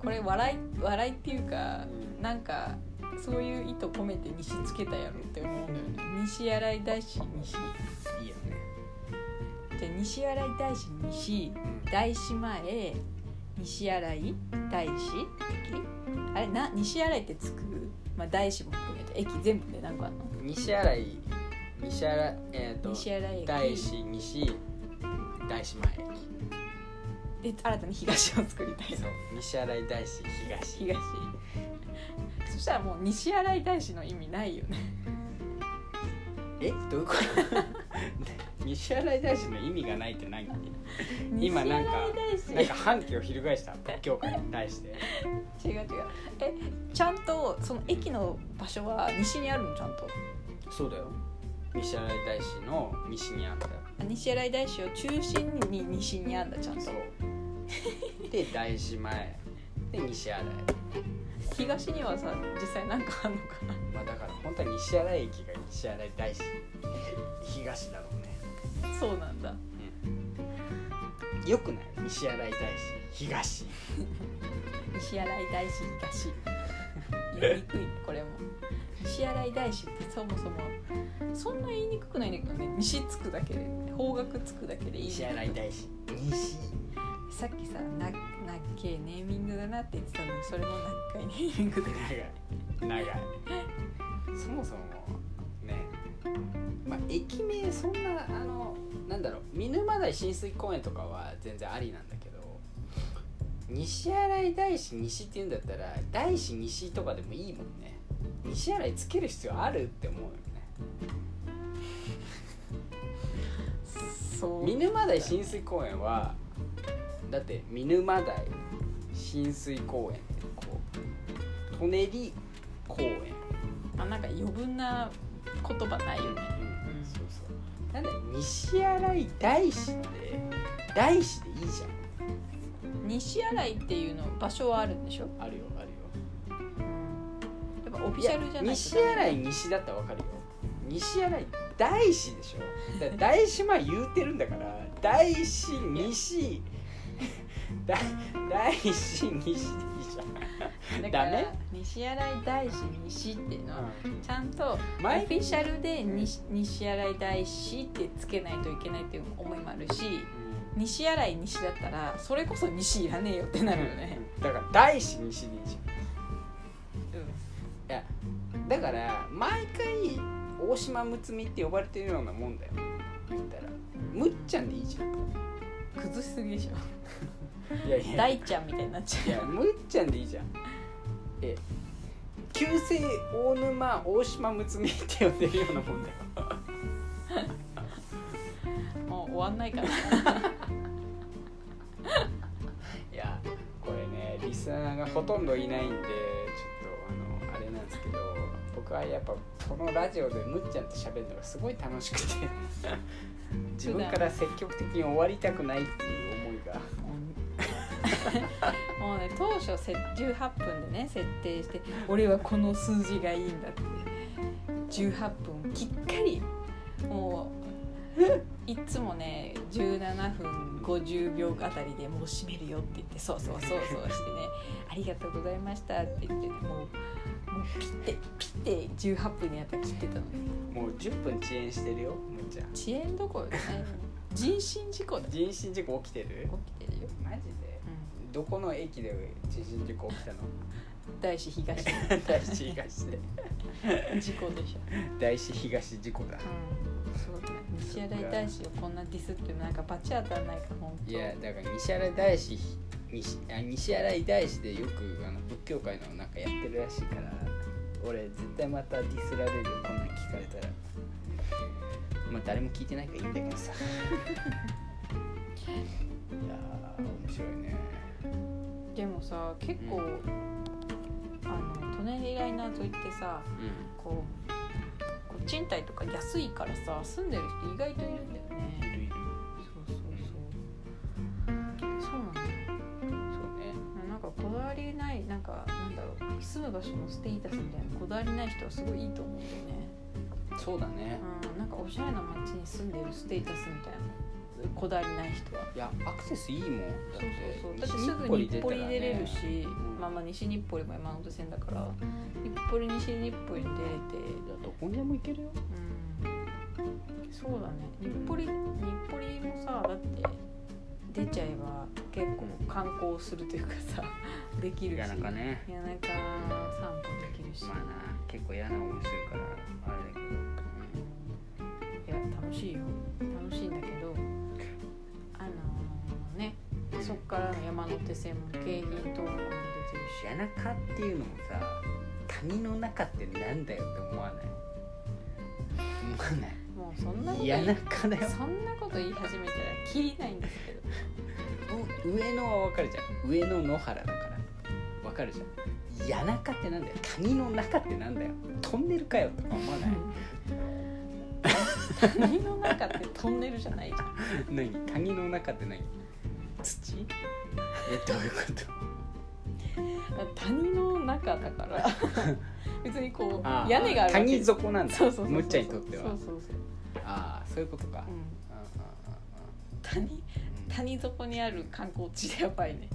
[SPEAKER 2] これ笑い笑いっていうか
[SPEAKER 1] うん
[SPEAKER 2] なんかそういう意図込めて西つけたやろって思うんだよね西新井大師西じゃ
[SPEAKER 1] いいよね、
[SPEAKER 2] あ西新井大師西
[SPEAKER 1] うん
[SPEAKER 2] 大師前西新井大師駅あれな西新井ってつく、まあ、大師も含めて駅全部で何個あるの
[SPEAKER 1] 西新井西新井えっ、と
[SPEAKER 2] 西新井駅
[SPEAKER 1] 大師西大師前
[SPEAKER 2] で新たに東を作りたい
[SPEAKER 1] 駅
[SPEAKER 2] の
[SPEAKER 1] そう西新井大師東
[SPEAKER 2] 東 そしたらもう西新井大師の意味ないよね
[SPEAKER 1] えどういうこと 西新井大師の意味がないって何 今なんか
[SPEAKER 2] 西新
[SPEAKER 1] なん
[SPEAKER 2] 井
[SPEAKER 1] か反旗を翻した仏教界に対して
[SPEAKER 2] 大師違う違うえちゃんとその駅の場所は西にあるのちゃんと
[SPEAKER 1] そうだよ西新井大師の西にあった
[SPEAKER 2] あ西新井大師を中心に西にあんだちゃんと
[SPEAKER 1] そうで大師前で西新井
[SPEAKER 2] 東にはさ実際なんかあんのかな
[SPEAKER 1] まあだから本当は西新井駅が西新井大 師東だろうね
[SPEAKER 2] そうなんだ
[SPEAKER 1] よくない西新井大師東
[SPEAKER 2] 西新井大師東言いにくいこれも西新井大師ってそもそもそんな言いにくくないんだけどね西つくだけで方角つくだけでいい
[SPEAKER 1] 西新井大師西
[SPEAKER 2] さっきさななっけえネーミングだなって言ってたのにそれもなっかいネーミングだ
[SPEAKER 1] 長い長いそもそもねまあ駅名そんなあのなんだろう見沼台親水公園とかは全然ありなんだけど西新井大師西って言うんだったら大師西とかでもいいもんね西新井つける必要あるって思うよね
[SPEAKER 2] そう
[SPEAKER 1] 見沼台親水公園はだって見沼台親水公園ってこう舎人公園、
[SPEAKER 2] あなんか余分な言葉ないよね
[SPEAKER 1] うんそうそうなんだ西新井大師って大師でいいじ
[SPEAKER 2] 西新井っていうの場所はあるんでしょ
[SPEAKER 1] ゃんあるよあるよ
[SPEAKER 2] やっぱオフィシャルじゃないと
[SPEAKER 1] 西新井西だったらわかるよ西新井大師でしょだから大師前言うてるんだから大師西 大大師西でいいじ
[SPEAKER 2] だ
[SPEAKER 1] ダ
[SPEAKER 2] か
[SPEAKER 1] メ
[SPEAKER 2] ら西新井大師西っていうの
[SPEAKER 1] ゃ
[SPEAKER 2] は
[SPEAKER 1] ん、
[SPEAKER 2] ちゃんと
[SPEAKER 1] うん、
[SPEAKER 2] オフ
[SPEAKER 1] 前
[SPEAKER 2] ィシャルで西西新井大師ってつけないといけないっていう思いもあるし西新井西だったらそれこそ西いらねえよってなるよね、
[SPEAKER 1] うんだから大師西でいいじゃん
[SPEAKER 2] う
[SPEAKER 1] いやだから毎回大島むつみって呼ばれてるようなもんだよ言ったらむっちゃんでいいじゃん
[SPEAKER 2] ん、崩しすぎでしょ
[SPEAKER 1] いやいや
[SPEAKER 2] 大ちゃんみたいになっち
[SPEAKER 1] い
[SPEAKER 2] ゃ
[SPEAKER 1] やむっちゃんでいいじゃんえ旧姓大沼大島むつみって呼んでるようなもんだよ
[SPEAKER 2] うもう終わんないから
[SPEAKER 1] いやこれねリスナーがほとんどいないんでちょっとあのあれなんですけど僕はやっぱこのラジオでむっちゃんと喋るのがすごい楽しくて 自分から積極的に終わりたくないっていう思いが。
[SPEAKER 2] もうね 当初せ18分でね設定して俺はこの数字がいいんだって18分きっかりもういつもね17分50秒あたりでもう閉めるよって言ってそうそうそうそうしてね「ありがとうございました」って言ってもうもうピッてピッて18分にやったら切ってたのに
[SPEAKER 1] もう10分遅延してるよむっちゃん
[SPEAKER 2] 遅延どころじゃない人身事故だ
[SPEAKER 1] 人身事故起きてる
[SPEAKER 2] 起きてるよ、
[SPEAKER 1] マジでどこの駅で人身事故起きたの
[SPEAKER 2] 大師東
[SPEAKER 1] 大師東で
[SPEAKER 2] 事故でしょ
[SPEAKER 1] 大師東事故だ
[SPEAKER 2] そうだね西新井大師をこんなディスってもなんかバチ当たんないから本当
[SPEAKER 1] いやだから西新井大師西あ西新井大師でよくあの仏教界のなんかやってるらしいから俺絶対またディスられるよこんなん聞かれたらまあ誰も聞いてないからいいんだけど さいやー面白いね
[SPEAKER 2] でもさ結構、
[SPEAKER 1] う
[SPEAKER 2] あのトネリライナーといってさ
[SPEAKER 1] うん
[SPEAKER 2] こうこう賃貸とか安いからさ住んでる人意外といるんだよね
[SPEAKER 1] るいる
[SPEAKER 2] そうそうそうそうなんだよ
[SPEAKER 1] そうね
[SPEAKER 2] なんかこだわりないなんかなんだろう住む場所のステータスみたいなこだわりない人はすごいいいと思うんだよね
[SPEAKER 1] そうだね、
[SPEAKER 2] うんなんかおしゃれな街に住んでるステータスみたいなこだわりない人はい
[SPEAKER 1] やアクセスいいもんだっ
[SPEAKER 2] そう
[SPEAKER 1] て
[SPEAKER 2] そうそうだってすぐ日暮里出れるし、
[SPEAKER 1] ん
[SPEAKER 2] まあまあ西日暮里も山手線だから日暮里西日暮里
[SPEAKER 1] い
[SPEAKER 2] に出れて
[SPEAKER 1] やどこにでも行けるよ
[SPEAKER 2] うんそうだね日暮里日暮里もさだって出ちゃえば結構観光するというかさ できるし
[SPEAKER 1] ね
[SPEAKER 2] 谷中散歩できるし、
[SPEAKER 1] まあな結構嫌な思いしてるからあれだけど、
[SPEAKER 2] いや楽しいよ楽しいんだけどあのーねそっからの山手線も京浜東北も出てるし
[SPEAKER 1] 谷中っていうのもさ谷の中ってなんだよって思わない思わない
[SPEAKER 2] もうそんなこと言い
[SPEAKER 1] 谷中だよ
[SPEAKER 2] そんなこと言い始めたらきりないんですけど
[SPEAKER 1] う上野はわかるじゃん上野野原だからわかるじゃん谷中ってなんだよ谷の中ってなんだよトンネルかよとか思わない
[SPEAKER 2] 谷の中ってトンネルじゃないじゃん
[SPEAKER 1] 何谷の中って何土えどういうこと
[SPEAKER 2] 谷の中だから 別にこ
[SPEAKER 1] あ
[SPEAKER 2] う
[SPEAKER 1] ー
[SPEAKER 2] 屋根があるわけ
[SPEAKER 1] 谷底なんだ
[SPEAKER 2] そうそうそうそう
[SPEAKER 1] むっちゃんにとっては
[SPEAKER 2] そうそうそう、
[SPEAKER 1] ああそういうことか、
[SPEAKER 2] う
[SPEAKER 1] うん
[SPEAKER 2] ん、
[SPEAKER 1] うん
[SPEAKER 2] 谷
[SPEAKER 1] うん
[SPEAKER 2] 谷底にある観光地でやばいね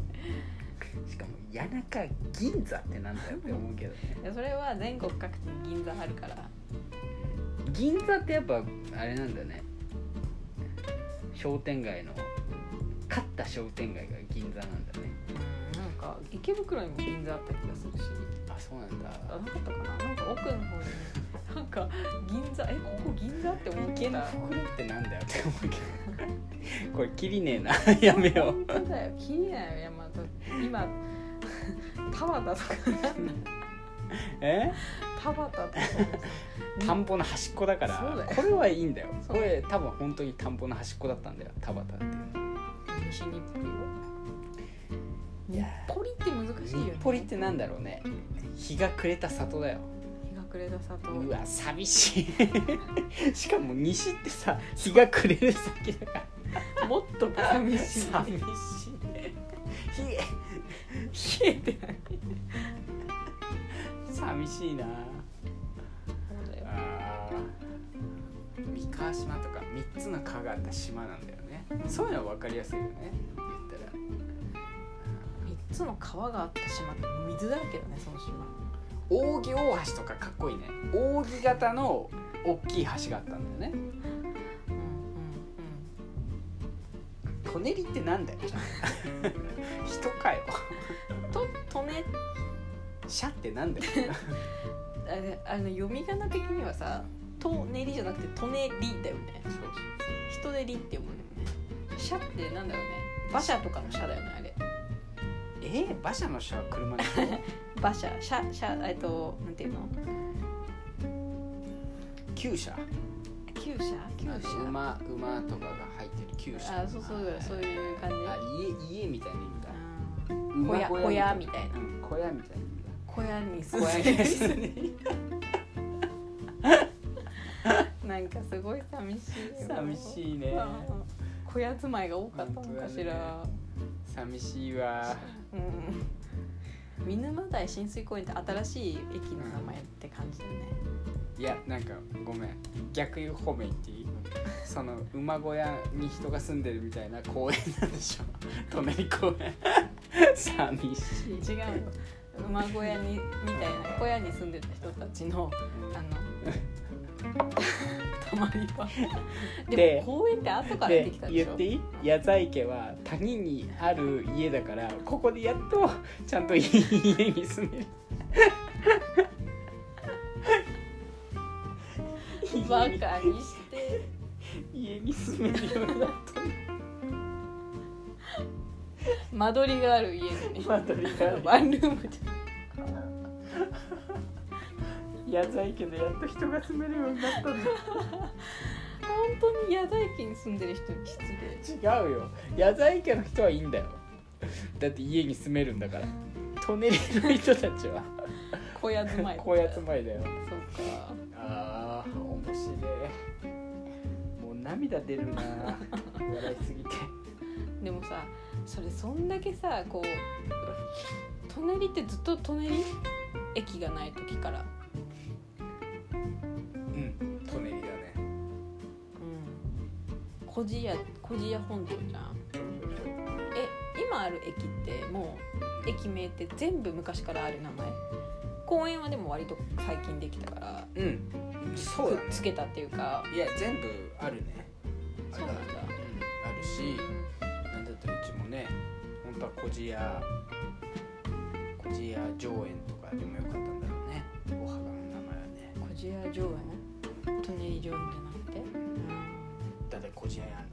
[SPEAKER 1] うんしかも谷中銀座ってなんだよって思うけどね
[SPEAKER 2] いやそれは全国各地に銀座あるから
[SPEAKER 1] 銀座ってやっぱあれなんだね商店街の勝った商店街が銀座なんだね
[SPEAKER 2] なんか池袋にも銀座あった気がするし
[SPEAKER 1] あそうなんだ
[SPEAKER 2] あなかったかななんか奥の方になんか銀座えここ銀座って思っ
[SPEAKER 1] 池
[SPEAKER 2] た
[SPEAKER 1] の袋ってなんだよって思うけどこれ切りねえな やめよ
[SPEAKER 2] 本当だよ気になるよ山田今 田畑とかなんだ
[SPEAKER 1] うえ
[SPEAKER 2] 田 畑とか
[SPEAKER 1] 田んぼの端っこだか
[SPEAKER 2] そうだ
[SPEAKER 1] ら
[SPEAKER 2] よ
[SPEAKER 1] これはいいんだよ
[SPEAKER 2] そう
[SPEAKER 1] これ多分本当に田んぼの端っこだったんだよ田畑っていうの
[SPEAKER 2] 西日暮里
[SPEAKER 1] い
[SPEAKER 2] よ
[SPEAKER 1] や
[SPEAKER 2] 日暮里って難しいよ
[SPEAKER 1] 日
[SPEAKER 2] ね
[SPEAKER 1] 暮里ってなんだろうね日が暮れた里だよ
[SPEAKER 2] 日が暮れた里
[SPEAKER 1] うわ寂しい しかも西ってさ日が暮れる先だから
[SPEAKER 2] もっと寂しい
[SPEAKER 1] 寂しい 冷え冷えてない寂しいな
[SPEAKER 2] そうだよ
[SPEAKER 1] あー三河島とか3つの川があった島なんだよねそういうのは分かりやすいよね言ったら
[SPEAKER 2] 三つの川があった島って水だらけだねその島
[SPEAKER 1] 扇大橋とかかっこいいね扇形の大きい橋があったんだよね
[SPEAKER 2] うんうん
[SPEAKER 1] 舎人ってなんだよ 人かよ
[SPEAKER 2] うんととね
[SPEAKER 1] シャってなんだよ
[SPEAKER 2] あれあの読み仮名的にはさ「とねり」じゃなくて「とねり」だよね人でりって読むんだよね車ってなんだろうね馬車とかの車だよねあれ
[SPEAKER 1] えー、馬車の車は車でしょ
[SPEAKER 2] 馬車車車えっとなんていうの
[SPEAKER 1] 旧車
[SPEAKER 2] 旧車旧
[SPEAKER 1] あの
[SPEAKER 2] 車
[SPEAKER 1] 馬馬とかが入ってる旧車
[SPEAKER 2] あそうそうそう
[SPEAKER 1] う
[SPEAKER 2] いう感じ
[SPEAKER 1] あ家家みたいな意味だ
[SPEAKER 2] うん
[SPEAKER 1] 馬
[SPEAKER 2] 小屋小屋みたいな
[SPEAKER 1] うん小屋みたいな
[SPEAKER 2] 小屋に住
[SPEAKER 1] 小屋
[SPEAKER 2] ん
[SPEAKER 1] み
[SPEAKER 2] でる
[SPEAKER 1] たいな意味だ
[SPEAKER 2] なんかすごい寂しい
[SPEAKER 1] 寂しいね
[SPEAKER 2] うん小屋住まいが多かったのかしら、
[SPEAKER 1] 本寂しいわ
[SPEAKER 2] うん見沼台親水公園って新しい駅の名前って感じだね、
[SPEAKER 1] いやなんかごめん逆に褒め言っていいその馬小屋に人が住んでるみたいな公園なんでしょ舎人公園 寂しい
[SPEAKER 2] 違うよ馬小屋にみたいな小屋に住んでた人たちのあのたまり場で
[SPEAKER 1] で
[SPEAKER 2] も公園って後から出て
[SPEAKER 1] で
[SPEAKER 2] きたでし
[SPEAKER 1] 言っ
[SPEAKER 2] ょ
[SPEAKER 1] ていい矢沢家は谷にある家だからここでやっとちゃんといい家に住める
[SPEAKER 2] バカにして
[SPEAKER 1] 家に住めるようになっ
[SPEAKER 2] 間取りがある家にね
[SPEAKER 1] た間取りがあ
[SPEAKER 2] ワンルームで
[SPEAKER 1] る矢沢家でやっと人が住めるようになったん
[SPEAKER 2] 本当に矢田駅に住んでる人に失礼
[SPEAKER 1] だ違うよ矢沢家の人はいいんだよだって家に住めるんだから舎人の人たちは
[SPEAKER 2] 小屋住まい
[SPEAKER 1] こうやつまいだよ
[SPEAKER 2] そうか
[SPEAKER 1] あー面白いもう涙出るな笑いすぎて
[SPEAKER 2] でもさそれそんだけさこう隣ってずっと隣駅がない時から
[SPEAKER 1] うん舎人だね
[SPEAKER 2] うん小路屋小路屋本町じゃんえ今ある駅ってもう駅名って全部昔からある名前公園はでも割と最近できたから
[SPEAKER 1] うんそうだね
[SPEAKER 2] くっつけたっていうか
[SPEAKER 1] いや全部あるねあ
[SPEAKER 2] そう
[SPEAKER 1] る
[SPEAKER 2] なんだ
[SPEAKER 1] あるしなんだったらうちもね本当は小じ屋小じ屋上園とかでもよかったんだろうねお墓の名前はね
[SPEAKER 2] 小路屋上園隣上園じゃなくて
[SPEAKER 1] だって小じ屋なんだか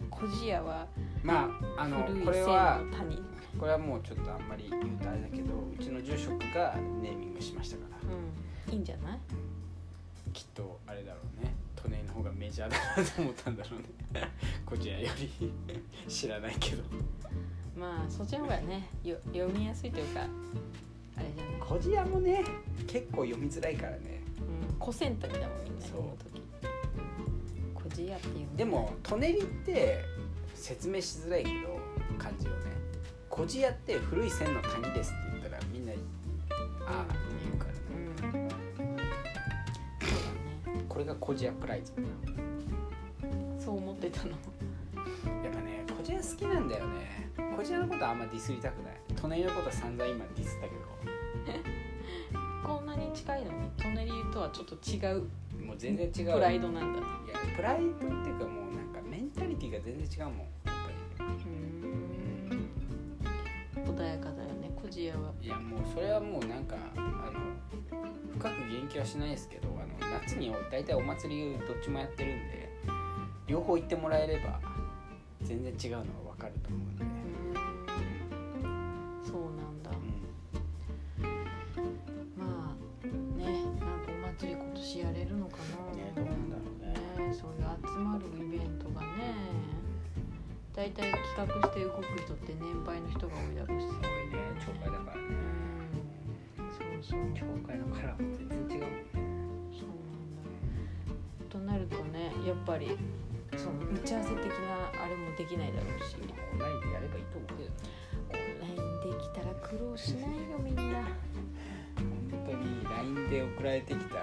[SPEAKER 1] ら
[SPEAKER 2] 小路屋は
[SPEAKER 1] まああの
[SPEAKER 2] 古い
[SPEAKER 1] これ
[SPEAKER 2] 姓
[SPEAKER 1] は
[SPEAKER 2] の谷
[SPEAKER 1] これはもうちょっとあんまり言うとあれだけどうちの住職がネーミングしましたから
[SPEAKER 2] うんいいんじゃない
[SPEAKER 1] きっとあれだろうねトネイの方がメジャーだなと思ったんだろうね こちらより 知らないけど
[SPEAKER 2] まあそっちの方がねよ読みやすいというかあれじゃない
[SPEAKER 1] こじやもね結構読みづらいからね
[SPEAKER 2] うん、コセンタみたいなもんみんな
[SPEAKER 1] そう
[SPEAKER 2] 読む時藤屋っていうの
[SPEAKER 1] でも舎人って説明しづらいけど漢字をね「こじやって古い線の谷です」って言ったらみんな「ああ」って言うからね
[SPEAKER 2] うんそうだね
[SPEAKER 1] これがこじやプライズ
[SPEAKER 2] そう思ってたの
[SPEAKER 1] やっぱねこじや好きなんだよねこじやのことはあんまディスりたくない舎人のことは散々今ディスったけど
[SPEAKER 2] こんなに近いのに隣とはちょっと違う
[SPEAKER 1] もう全然違う
[SPEAKER 2] プライドなんだ
[SPEAKER 1] いやプライドっていうかもうなんかメンタリティが全然違うもんやっぱ
[SPEAKER 2] うん穏やかだよねこじやは
[SPEAKER 1] りいやもうそれはもうなんかあの深く言及はしないですけどあの夏に大体お祭りどっちもやってるんで両方行ってもらえれば全然違うのが分かると思うんで、
[SPEAKER 2] そうなんだ
[SPEAKER 1] う
[SPEAKER 2] まあねなんかお祭り今年やれるのか
[SPEAKER 1] ん、
[SPEAKER 2] な、
[SPEAKER 1] ねどうなんだろうね
[SPEAKER 2] ねそういう集まるイベントがね大体企画して動く人って年配の人が多いだろうし
[SPEAKER 1] すごいね町会だからね
[SPEAKER 2] うんそうそう
[SPEAKER 1] 教会のカラーも全然違うもんね
[SPEAKER 2] そうなんだとなるとねやっぱりその打ち合わせ的なあれもできないだろうし
[SPEAKER 1] オンラインでやればいいと思うけどね
[SPEAKER 2] オンラインできたら苦労しないよみんな
[SPEAKER 1] 本当に LINE で送られてきた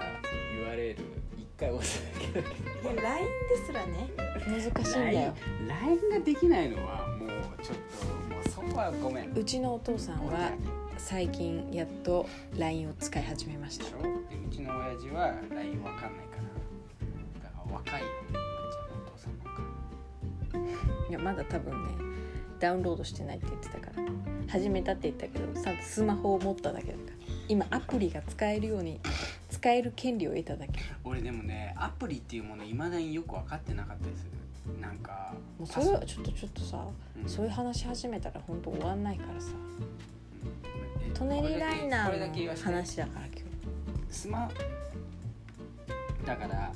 [SPEAKER 1] URL 一回押すだけだけど
[SPEAKER 2] いや LINE ですらね難しいんだよ
[SPEAKER 1] LINE, LINE ができないのはもうちょっともうそこはごめん
[SPEAKER 2] うちのお父さんは最近やっと LINE を使い始めまし
[SPEAKER 1] で
[SPEAKER 2] た
[SPEAKER 1] しょでうちの親父は LINE わかんないからだから若いようちゃんのお父さんなんか
[SPEAKER 2] いやまだ多分ねダウンロードしてないって言ってたから始めたって言ったけどさスマホを持っただけだから今アプリが使えるように使える権利を得ただけ
[SPEAKER 1] 俺でもねアプリっていうものいまだによく分かってなかったりするなんか
[SPEAKER 2] もうそれはちょっとちょっとさ
[SPEAKER 1] うん
[SPEAKER 2] そういう話し始めたら本当終わんないからさ
[SPEAKER 1] うん
[SPEAKER 2] トネリライナ
[SPEAKER 1] これだけ
[SPEAKER 2] ー
[SPEAKER 1] 言わ
[SPEAKER 2] の
[SPEAKER 1] せて
[SPEAKER 2] 話だから今日
[SPEAKER 1] スマだから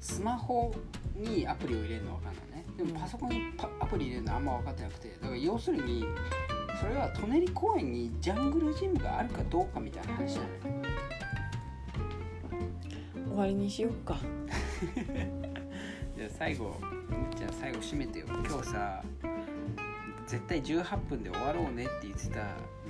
[SPEAKER 1] スマホにアプリを入れるのは分かんないねで
[SPEAKER 2] うん
[SPEAKER 1] もパソコンにパアプリ入れるのあんま分かってなくてだから要するにそれは舎人公園にジャングルジムがあるかどうかみたいな話じゃない
[SPEAKER 2] 終わりにしようか
[SPEAKER 1] じゃあ最後むっちゃん最後締めてよ今日さ絶対18分で終わろうねって言ってた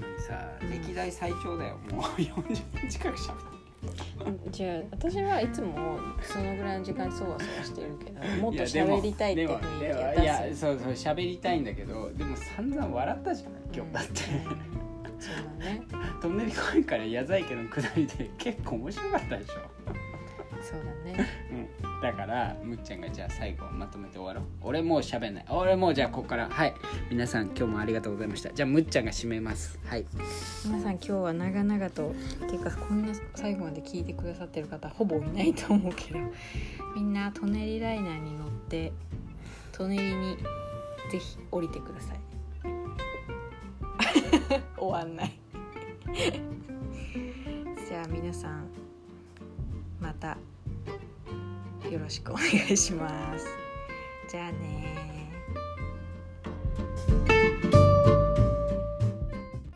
[SPEAKER 1] のにさ
[SPEAKER 2] うん
[SPEAKER 1] 歴代最長だよもう40分近くしゃべっ
[SPEAKER 2] じゃあ私はいつもそのぐらいの時間にそわそわしてるけどもっと
[SPEAKER 1] やでも
[SPEAKER 2] 喋りたいって
[SPEAKER 1] で
[SPEAKER 2] 雰
[SPEAKER 1] も
[SPEAKER 2] 囲
[SPEAKER 1] で
[SPEAKER 2] 気を
[SPEAKER 1] もいや
[SPEAKER 2] 出す
[SPEAKER 1] そうそう喋りたいんだけどでも散々笑った じゃない今日だって、
[SPEAKER 2] うんそうだね
[SPEAKER 1] トンネル公園から矢沢池の下りで結構面白かったでしょ、
[SPEAKER 2] そうだね
[SPEAKER 1] うん、だからむっちゃんがじゃあ最後まとめて終わろう俺もう喋んない俺もうじゃあここからはい皆さん今日もありがとうございましたじゃあむっちゃんが締めますはい
[SPEAKER 2] 皆さん今日は長々とっていうかこんな最後まで聞いてくださってる方ほぼいないと思うけどみんな舎人ライナーに乗って舎人にぜひ降りてください 終わんない じゃあ皆さんまたよろしくお願いしますじゃあね